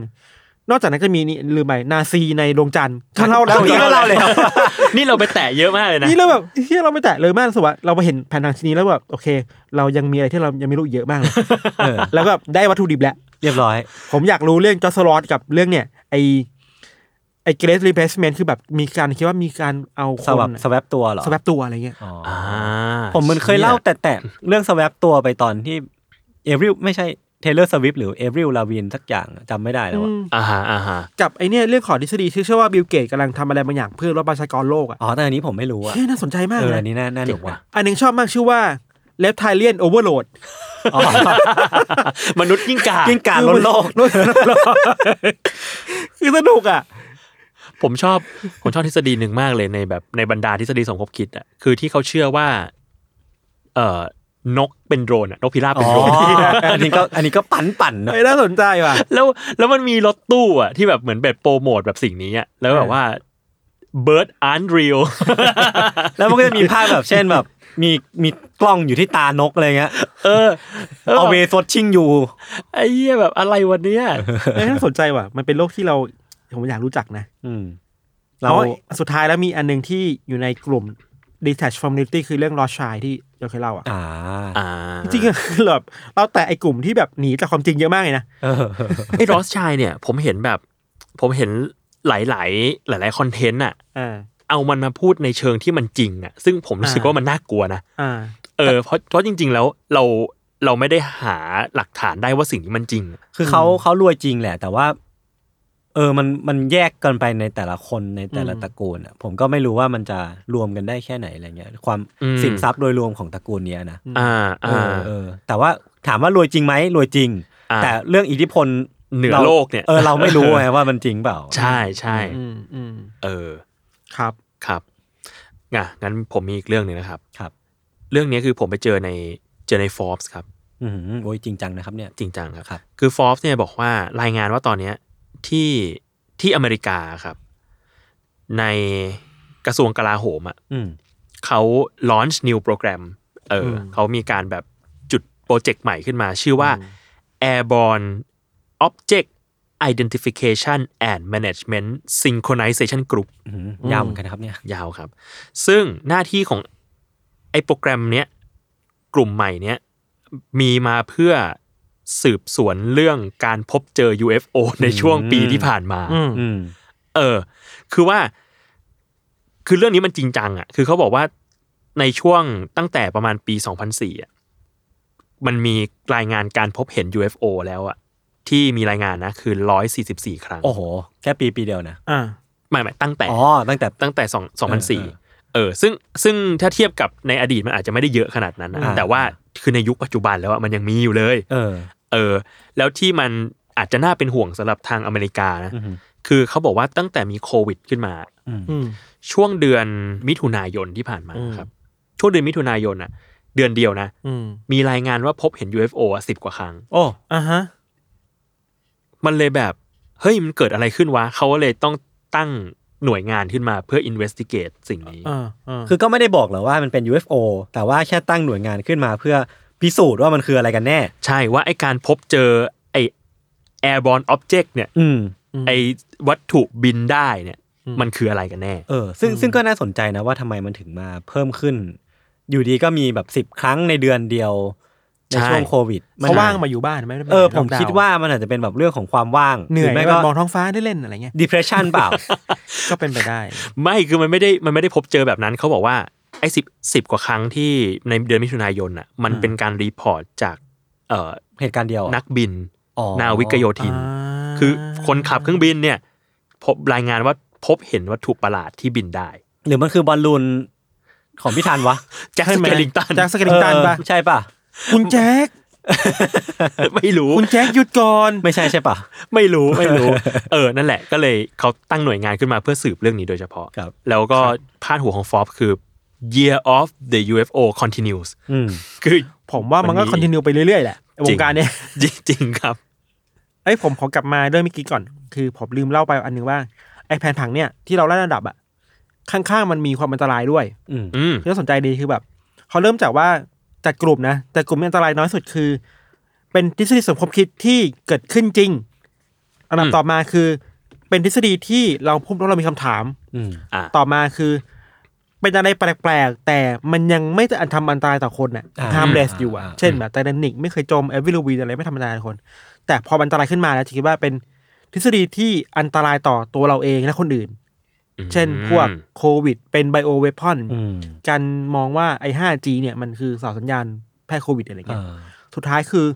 [SPEAKER 3] นอกจากนั้นก็มีนี่ลืมไปนาซีในดวงจันทร์ก็เล่าแล้ว
[SPEAKER 2] เอาอีกแล้วเล่าเลย
[SPEAKER 4] นี่เราไปแตะเยอะมากเลยนะ
[SPEAKER 3] นี่เราแบบเฮียเราไม่แตะเลยมากรู้สุดว่าเราไปเห็นแผนทางชนนี้แล้วแบบโอเค เรายังมีอะไรที่เรายังไม่รู้อีกเยอะมากเลย
[SPEAKER 2] เออ
[SPEAKER 3] แล้วก็ได้วัตถุดิบแล้ว
[SPEAKER 2] เรียบร้อย
[SPEAKER 3] ผมอยากรู้เรื่องจอสลอตกับเรื่องเนี่ย ไอไอเกรสรีเพสเมนคือแบบมีการคิดว่ามีการเอาค
[SPEAKER 2] ส
[SPEAKER 3] น
[SPEAKER 2] วับสวับตัวเหรอ
[SPEAKER 3] สวับตัวอะไรเงี้ย
[SPEAKER 2] อ๋อ
[SPEAKER 4] อ่า
[SPEAKER 2] ผมมันเคยเล่าแต่แต่เรื่องสวับตัวไปตอนที่เอริลไม่ใช่เทเลอร์สวิฟหรือเอริลลาวินสักอย่างอะจำไม่ได้แล้วอะ
[SPEAKER 3] อืม
[SPEAKER 4] อ่าฮะอ่าฮะ
[SPEAKER 3] กับไอเนี่ยเรื่องของทฤษฎีที่เชื่อว่าบิลเกตกำลังทำอะไรบางอย่างเพื่อลดประชากรโลกอ่ะ
[SPEAKER 2] อ๋อแต่อันนี้ผมไม่รู้อ่ะ
[SPEAKER 3] เฮ้ยน่าสนใจมาก
[SPEAKER 2] เอ
[SPEAKER 3] เล
[SPEAKER 2] อย อัน
[SPEAKER 3] นะ
[SPEAKER 2] นี้น่าน่าห
[SPEAKER 4] เจ๋
[SPEAKER 2] นุ
[SPEAKER 4] ง
[SPEAKER 2] ก
[SPEAKER 4] ว่ะ
[SPEAKER 2] ว่ะ
[SPEAKER 3] อันหนึงชอบมากชื่อว่าเลฟไทเลียนโอเวอร์โหลด
[SPEAKER 2] อ๋อ
[SPEAKER 4] มนุษย์ยิ่งกา
[SPEAKER 2] กิ้งก่าล้นโลก
[SPEAKER 3] คือสนุกอ่ะ
[SPEAKER 4] ผมชอบผมชอบทฤษฎีหนึ่งมากเลยในแบบในบรรดาทฤษฎีสมคบคิดอ่ะคือที่เขาเชื่อว่า เอ่อนกเป็นโดรนอะนกพิราบ
[SPEAKER 2] อ๋
[SPEAKER 4] เป็
[SPEAKER 2] อน
[SPEAKER 4] โดรน
[SPEAKER 2] อันนี้ก็อันนี้ก็ปั่นปั่นๆเนอะ
[SPEAKER 3] เอ้ยน่าสนใจว่ะ
[SPEAKER 4] แล้วแล้วมันมีรถตู้อ่ะที่แบบเหมือนแบบโปรโมทแบบสิ่งนี้อ่ะแล้วแบบว่า bird aren't real
[SPEAKER 2] แล้วมันก็จะมีภาพแบบเช่นแบบ มีมีกล้องอยู่ที่ตานกอะไรเงี้ย
[SPEAKER 4] เอ อ
[SPEAKER 2] เอาเวสดชิงอยู่
[SPEAKER 4] ไอ้เหี้ยแบบอะไรวันเนี้ย
[SPEAKER 3] เอ้ยน่าสนใจว่ะ มันเป็นโลกที่เราผมอยากรู้จักนะ
[SPEAKER 2] อืม
[SPEAKER 3] เพ
[SPEAKER 2] เรา
[SPEAKER 3] ราะสุดท้ายแล้วมีอันหนึ่งที่อยู่ในกลุ่ม detached from reality คือเรื่องลอชายที่เราเคยเล่าอ่ะ
[SPEAKER 2] อ่า
[SPEAKER 4] อ่า
[SPEAKER 3] จริงๆอะ คือแบบเราแต่ไอ้กลุ่มที่แบบหนีจากความจริงเยอะมากเลยนะ
[SPEAKER 2] เออ
[SPEAKER 4] ไอ้รอสชายเนี่ย ผมเห็นแบบ ผมเห็นหลาย ๆ หลาย ๆ คอนเทนต์อ่ะ
[SPEAKER 3] อ่า
[SPEAKER 4] เอามันมาพูดในเชิงที่มันจริงอ่ะ ซึ่งผมรู้สึก
[SPEAKER 3] อ่า
[SPEAKER 4] ว่ามันน่ากลัวนะ
[SPEAKER 3] อ่า
[SPEAKER 4] เออเพราะเพราะจริง ๆ แล้วเราเราไม่ได้หาหลักฐานได้ว่าสิ่งนี้มันจริงอะ
[SPEAKER 2] คือเขาเขารวยจริงแหละ แต่ว่า เออมันมันแยกกันไปในแต่ละคนในแต่ละ
[SPEAKER 3] อืม
[SPEAKER 2] ตระกูลอ่ะผมก็ไม่รู้ว่ามันจะรวมกันได้แค่ไหนอะไรเงี้ยความ
[SPEAKER 4] อืม
[SPEAKER 2] สินทรัพย์โดยรวมของตระกูลเนี้ยนะ
[SPEAKER 4] อ่า
[SPEAKER 2] เอ
[SPEAKER 4] อ่า
[SPEAKER 2] อเออ แต่ว่าถามว่ารวยจริงไหมรวยจริง
[SPEAKER 4] อ่า
[SPEAKER 2] แต่เรื่องอิทธิพล
[SPEAKER 4] เหนือ
[SPEAKER 2] รา
[SPEAKER 4] โลกเนี่ย
[SPEAKER 2] เออเราไม่รู้ไงว่ามันจริงเปล่า
[SPEAKER 4] ใช่ใช่
[SPEAKER 3] อืมอืม
[SPEAKER 4] เออ
[SPEAKER 3] ครับ
[SPEAKER 4] ครับง่ะงั้นผมมีอีกเรื่องหนึ่งนะครับ
[SPEAKER 2] ครับ
[SPEAKER 4] เรื่องนี้คือผมไปเจอในเจอใน Forbes ครับ
[SPEAKER 2] อือหือโอ้ยจริงจังนะครับเนี่ย
[SPEAKER 4] จริงจังครับ
[SPEAKER 2] ครับ
[SPEAKER 4] คือ Forbes เนี่ยบอกว่ารายงานว่าตอนเนี้ยที่ที่อเมริกาครับ ในกระทรวงกลาโหมอ่ะ
[SPEAKER 2] อืม
[SPEAKER 4] เขา launch new program เอออ
[SPEAKER 3] ม
[SPEAKER 4] เขามีการแบบจุดโปรเจกต์ใหม่ขึ้นมา ชื่อว่า airborne object identification and management synchronization group
[SPEAKER 2] อื้อหือยาวเหมือนกันนะครับเนี่ย
[SPEAKER 4] ยาวครับ ซึ่งหน้าที่ของไอ้โปรแกรมเนี้ยกลุ่มใหม่เนี้ยมีมาเพื่อสืบสวนเรื่องการพบเจอ UFO ในช่วงปีที่ผ่านมา
[SPEAKER 3] อืม
[SPEAKER 2] อืม
[SPEAKER 4] เออ คือว่า คือเรื่องนี้มันจริงจังอะ่ะ คือเขาบอกว่าในช่วงตั้งแต่ประมาณปี 2004อ่ะ มันมีรายงานการพบเห็น UFO แล้วอะ่ะ ที่มีรายงานนะคือ 144 ครั้ง
[SPEAKER 2] โอ้โห แค่ปีปีเดียวนะ
[SPEAKER 3] อ่า
[SPEAKER 4] ไม่ไม่ตั้งแต่
[SPEAKER 2] อ๋อ ตั้งแต่
[SPEAKER 4] ตั้งแต่สองสองพันสี่
[SPEAKER 2] เออ
[SPEAKER 4] เออ ซึ่งซึ่งถ้าเทียบกับในอดีตมันอาจจะไม่ได้เยอะขนาดนั้นนะ
[SPEAKER 2] อ่า
[SPEAKER 4] แต่ว่าคือในยุคปัจจุบันแล้วอะมันยังมีอยู่เลย
[SPEAKER 2] เออ
[SPEAKER 4] เออ แล้วที่มันอาจจะน่าเป็นห่วงสำหรับทางอเมริกานะ
[SPEAKER 2] อือฮึ
[SPEAKER 4] คือเขาบอกว่าตั้งแต่มีโควิดขึ้นมา
[SPEAKER 3] อืม
[SPEAKER 4] ช่วงเดือนมิถุนายนที่ผ่านมา
[SPEAKER 3] อืม
[SPEAKER 4] ครับ ช่วงเดือนมิถุนายนอะเดือนเดียวนะ
[SPEAKER 3] อืม
[SPEAKER 4] มีรายงานว่าพบเห็น UFO สิบกว่าครั้ง
[SPEAKER 2] โอ้
[SPEAKER 3] อ่าฮะ
[SPEAKER 4] มันเลยแบบ เฮ้ยมันเกิดอะไรขึ้นวะเขาก็เลยต้องตั้งหน่วยงานขึ้นมาเพื่อ investigate สิ่งนี้
[SPEAKER 3] อ่าอ่า
[SPEAKER 2] คือก็ไม่ได้บอกหรอกว่ามันเป็น UFO แต่ว่าแค่ตั้งหน่วยงานขึ้นมาเพื่อพิสูจน์ว่ามันคืออะไรกันแน่
[SPEAKER 4] ใช่ว่าไอการพบเจอไอ airborne object เนี่ย
[SPEAKER 2] อืม
[SPEAKER 4] ไอวัตถุบินได้เนี่ย มันคืออะไรกันแน่
[SPEAKER 2] เออ ซึ่งซึ่งก็น่าสนใจนะว่าทำไมมันถึงมาเพิ่มขึ้น อยู่ดีก็มีแบบสิบ10 ครั้งในเดือนเดียว ใน
[SPEAKER 4] ใช่
[SPEAKER 2] ช่วงโควิด
[SPEAKER 3] เขาว่างมาอยู่บ้านไหมได้ไป
[SPEAKER 2] เออ
[SPEAKER 3] ไหน
[SPEAKER 2] ผม
[SPEAKER 3] ล็ก
[SPEAKER 2] คิดว่ามันอาจจะเป็นแบบเรื่องของความว่าง
[SPEAKER 3] เหนื่อย
[SPEAKER 2] รืไม่
[SPEAKER 3] แบ
[SPEAKER 2] ก็
[SPEAKER 3] บมองท้องฟ้าได้เล่นอะไรเงี้ย
[SPEAKER 2] depression เปล่า
[SPEAKER 3] ก็เป็นไปได้
[SPEAKER 4] ไม่คือมันไม่ได้มันไม่ได้พบเจอแบบนั้นเขาบอกว่าไอสิบสิบกว่าครั้งที่ในเดือนมิถุนายนอ่ะมันเป็นการรีพอร์ตจากเอ่อ
[SPEAKER 2] เหตุการณ์เดียวอะ
[SPEAKER 4] นักบิน
[SPEAKER 2] อ๋อ
[SPEAKER 4] นาวิกโยธิน
[SPEAKER 3] อ่า
[SPEAKER 4] คือคนขับเครื่องบินเนี่ย พบรายงานว่าพบเห็นวัตถุประหลาดที่บินได้
[SPEAKER 2] หรือมันคือบอลลูนของพี่ธันวะ
[SPEAKER 4] แจ็ค
[SPEAKER 3] ใช่
[SPEAKER 4] ส
[SPEAKER 3] ไหม
[SPEAKER 4] เกลิงตัน
[SPEAKER 3] แจ็คสเกลิงตันปะ
[SPEAKER 2] เออใช่ป่ะ
[SPEAKER 3] คุณแจ็ค
[SPEAKER 4] ไม่รู้
[SPEAKER 3] คุณแจ็คหยุดก่อน
[SPEAKER 2] ไม่ใช่ใช่ป่ะ
[SPEAKER 4] ไม่ รู้ไม่รู้ เออ นั่นแหละ ก็เลยเขาตั้งหน่วยงานขึ้นมาเพื่อสืบเรื่องนี้โดยเฉพาะ
[SPEAKER 2] ครับ
[SPEAKER 4] แล้วก็พาดหัวของฟอ b คือ year of the UFO continues
[SPEAKER 2] อืม
[SPEAKER 4] คือ
[SPEAKER 3] ผมว่ามันก็
[SPEAKER 4] มั
[SPEAKER 3] คอ
[SPEAKER 4] นมี
[SPEAKER 3] นติเนียไปเรื่อยๆแหละไอ้วงการเนี้ย
[SPEAKER 4] จริงๆครับ
[SPEAKER 3] เอ้ยผมขอกลับมาเรื่องเมื่อกี้ก่อน คือผมลืมเล่าไปอันหนึ่งว่าไอ้แผนผังเนี่ยที่เราไล่ระดับอะข้างๆมันมีความอันตรายด้วย
[SPEAKER 2] อืม
[SPEAKER 4] อืม
[SPEAKER 3] ที่น่าสนใจดีคือแบบเขาเริ่มจากว่าจัดกลุ่มนะแต่กลุ่มที่อันตรายน้อยสุดคือ เป็นทฤษฎีสมคบคิดที่เกิดขึ้นจริงอันดับ
[SPEAKER 4] อืม
[SPEAKER 3] ต่อมาคือ เป็นทฤษฎีที่เราพูดแล้วเรามีคำถาม
[SPEAKER 2] อืม
[SPEAKER 4] อ่า
[SPEAKER 3] ต่อมาคือ เป็นอะไรแปลกๆ แต่มันยังไม่อันทำอันตรายต่อคนน่ะ
[SPEAKER 2] อ่า
[SPEAKER 3] ทำเลส
[SPEAKER 2] อ่า
[SPEAKER 3] อยู่อ่ะ
[SPEAKER 2] อ่า
[SPEAKER 3] เช่นแบบไทแทนิกไม่เคยจมเอวิลวีอะไรไม่ทำอันตรายต่อคน แต่พอมันอันตรายขึ้นมาแล้วจะคิดว่าเป็นทฤษฎีที่อันตรายต่อตัวเราเองและคนอื่น เช่นพวกโควิด เป็นไบโอเวพอน
[SPEAKER 2] อืม
[SPEAKER 3] การมองว่าไอ้ 5G เนี่ยมันคือสาวสัญญาณแพร่โควิดอะไร
[SPEAKER 2] อ่
[SPEAKER 3] เงี้ย
[SPEAKER 2] า
[SPEAKER 3] สุดท้ายคือ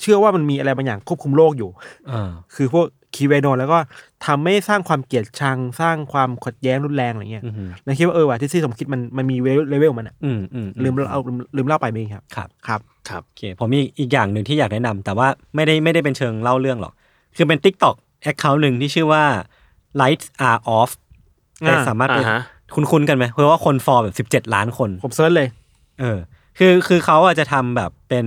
[SPEAKER 3] เชื่อว่ามันมีอะไรบางอย่างควบคุมโลกอยู่
[SPEAKER 2] อ่า
[SPEAKER 3] คือพวกคีเวโนแล้วก็ทำให้สร้างความเกลียดชัง สร้างความขัดแย้งรุนแรงอะไรเงี้ย
[SPEAKER 2] อืม
[SPEAKER 3] นายคิดว่าเออว่ะทฤษฎีสมคิดมันมันมีเลเวลมันอะ
[SPEAKER 2] อืมอืม
[SPEAKER 3] ลืมเอาลืมลืมเล่าไปเองครับ
[SPEAKER 2] ครับ
[SPEAKER 3] ครับ
[SPEAKER 4] ครับ
[SPEAKER 2] โอเคผมมีอีกอย่างหนึ่งที่อยากแนะนำแต่ว่าไม่ได้ไม่ได้เป็นเชิงเล่าเรื่องหรอก คือเป็น t ิ k t o k แอคเคาท์หนึ่งที่ชื่อว่า lights are off
[SPEAKER 3] อ่า
[SPEAKER 2] ไปสามารถไป
[SPEAKER 4] อ่าฮะ
[SPEAKER 2] คุณคุ้นๆกันไหมเพราะว่าคนฟอลแบบสิบเจ็ดล้านคน
[SPEAKER 3] ผมเซิร์ชเลย
[SPEAKER 2] เออ คือคือเขาอาจจะทำแบบเป็น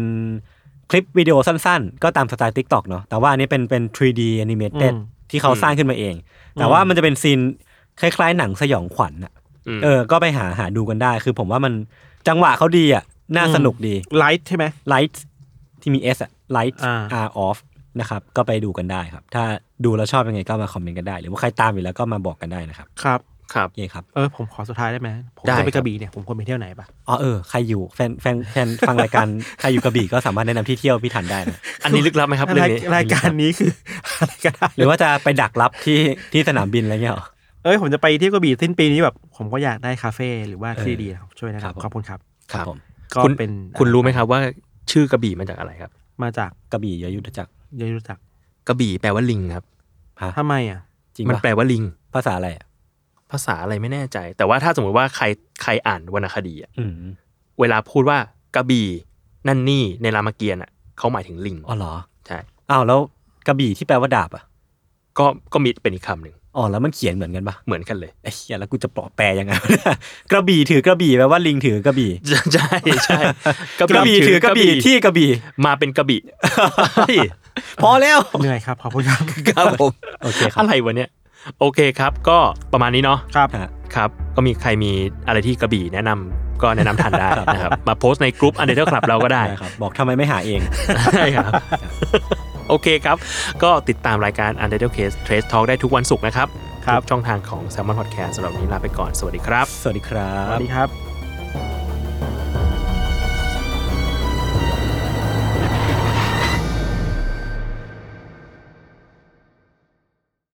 [SPEAKER 2] คลิปวิดีโอสั้นๆ ก็ตามสไตล์ TikTok เนาะแต่ว่าอันนี้เป็นเป็น 3D animated
[SPEAKER 3] อืม
[SPEAKER 2] ที่เขาสร้างขึ้นมาเอง แต่ว่ามันจะเป็นซีนคล้ายๆ หนังสยองขวัญอะ
[SPEAKER 4] อืม
[SPEAKER 2] เออ ก็ไปหาหาดูกันได้ คือผมว่ามันจังหวะเขาดีอะน่าสนุกดี
[SPEAKER 3] ไลท์ใช่ไหม
[SPEAKER 2] light ที่มี S อะ light
[SPEAKER 3] อ่า
[SPEAKER 2] are off นะครับ ก็ไปดูกันได้ครับ ถ้าดูแล้วชอบยังไงก็มาคอมเมนต์กันได้ หรือว่าใครตามอยู่แล้วก็มาบอกกันได้นะครับ
[SPEAKER 3] ครับ
[SPEAKER 4] ครับ
[SPEAKER 2] โอเคครับ
[SPEAKER 3] เออ ผมขอสุดท้ายได้ไหมผม
[SPEAKER 4] ได้
[SPEAKER 3] จะไป
[SPEAKER 4] ค
[SPEAKER 3] ก
[SPEAKER 4] รับ
[SPEAKER 3] ระบี่เนี่ย ผมควรไปเที่ยวไหนปะ
[SPEAKER 2] อ๋อเออ ใครอยู่แฟนแฟนแฟนฟังรายการ ใครอยู่กระบี่ก็สามารถแนะนำที่เที่ยวพี่ทันได้นะ
[SPEAKER 4] อันนี้ลึกลับไหมครับเรื่ อ
[SPEAKER 3] ราย
[SPEAKER 4] งนี้
[SPEAKER 3] รายการนี้คือ อะไรก็ได้
[SPEAKER 2] หรือว่า จะไปดักรับ ที่ที่สนามบินอะไรเงี้ยเหรอ
[SPEAKER 3] เอ้ย ผมจะไปเที่ยวกระบี่สิ้นปีนี้แบบ ผมก็อยากได้คาเฟ่หรือว่าที่ดีนะครับช่วยนะค
[SPEAKER 2] ครั
[SPEAKER 3] รับ
[SPEAKER 2] ผ
[SPEAKER 3] บ
[SPEAKER 2] ม
[SPEAKER 3] ขอบคุณครับ
[SPEAKER 4] ครับ
[SPEAKER 2] ผม
[SPEAKER 3] ก็
[SPEAKER 4] คุณ
[SPEAKER 3] เป็น
[SPEAKER 4] คุณรู้ไหมครับว่าชื่อกระบี่มาจากอะไรครับ
[SPEAKER 3] มาจาก
[SPEAKER 2] กระบี่เยอะยุทธจักร
[SPEAKER 3] เยอยุทธจักร
[SPEAKER 4] กระบี่แปลว่าลิงครับ
[SPEAKER 2] ฮะ
[SPEAKER 3] ทำไมอ่ะ
[SPEAKER 2] จริง
[SPEAKER 4] มัน
[SPEAKER 2] ปะ
[SPEAKER 4] แปลว่าลิง
[SPEAKER 2] ภาษาอะไรอะ
[SPEAKER 4] ภาษาอะไรไม่แน่ใจ แต่ว่าถ้าสมมุติว่าใครใครอ่านวรรณคดีอะเวลาพูดว่ากระบี่นั่นนี่ในรามเกียรติ์อะเขาหมายถึงลิง
[SPEAKER 2] อ๋อเหรอ
[SPEAKER 4] ใช่
[SPEAKER 2] อ้าวแล้วกระบี่ที่แปลว่าดาบอ่ะ
[SPEAKER 4] ก็ก็มีเป็นอีกคำหนึ่ง
[SPEAKER 2] อ๋อแล้วมันเขียนเหมือนกันปะ
[SPEAKER 4] เหมือนกันเลย
[SPEAKER 2] ไอ้เหี้ยแล้วกูจะปลอบแปลยัง ไง กระบี่ถือกระบี่แปลว่าลิงถือกระบี่
[SPEAKER 4] ใช่ใช่
[SPEAKER 2] กระบี่ถือกระบี่ที่กระบี่
[SPEAKER 4] มาเป็นกระบี่เฮ้ย
[SPEAKER 2] พอแล้ว
[SPEAKER 3] เหนื่อยครับ ขอบคุณครับ
[SPEAKER 2] ครับผมโอเคครับ
[SPEAKER 4] อะไรวะเนี่ยโอเคครับ ก็ประมาณนี้เนาะ
[SPEAKER 3] ครับ
[SPEAKER 2] ฮะ
[SPEAKER 4] ครับ ก็มีใครมีอะไรที่กระบี่แนะนำก็แนะนำทันได้นะครับ มาโพสต์ในกลุ่มอันเดอร์คลับเราก็ได้
[SPEAKER 2] ได้ครับ บอกทำไมไม่หาเอง
[SPEAKER 4] ใช่ครับ โอเคครับ ก็ติดตามรายการ u n d e r t a l e Case Trace Talk ได้ทุกวันศุกร์นะครับ
[SPEAKER 3] ครับ
[SPEAKER 4] ทุกช่องทางของ s ซ l m o n Podcast สำหรับวันนี้ลาไปก่อน สวัสดีครับ
[SPEAKER 2] สวัสดีครั
[SPEAKER 3] สวั
[SPEAKER 2] บ
[SPEAKER 3] สดีครับ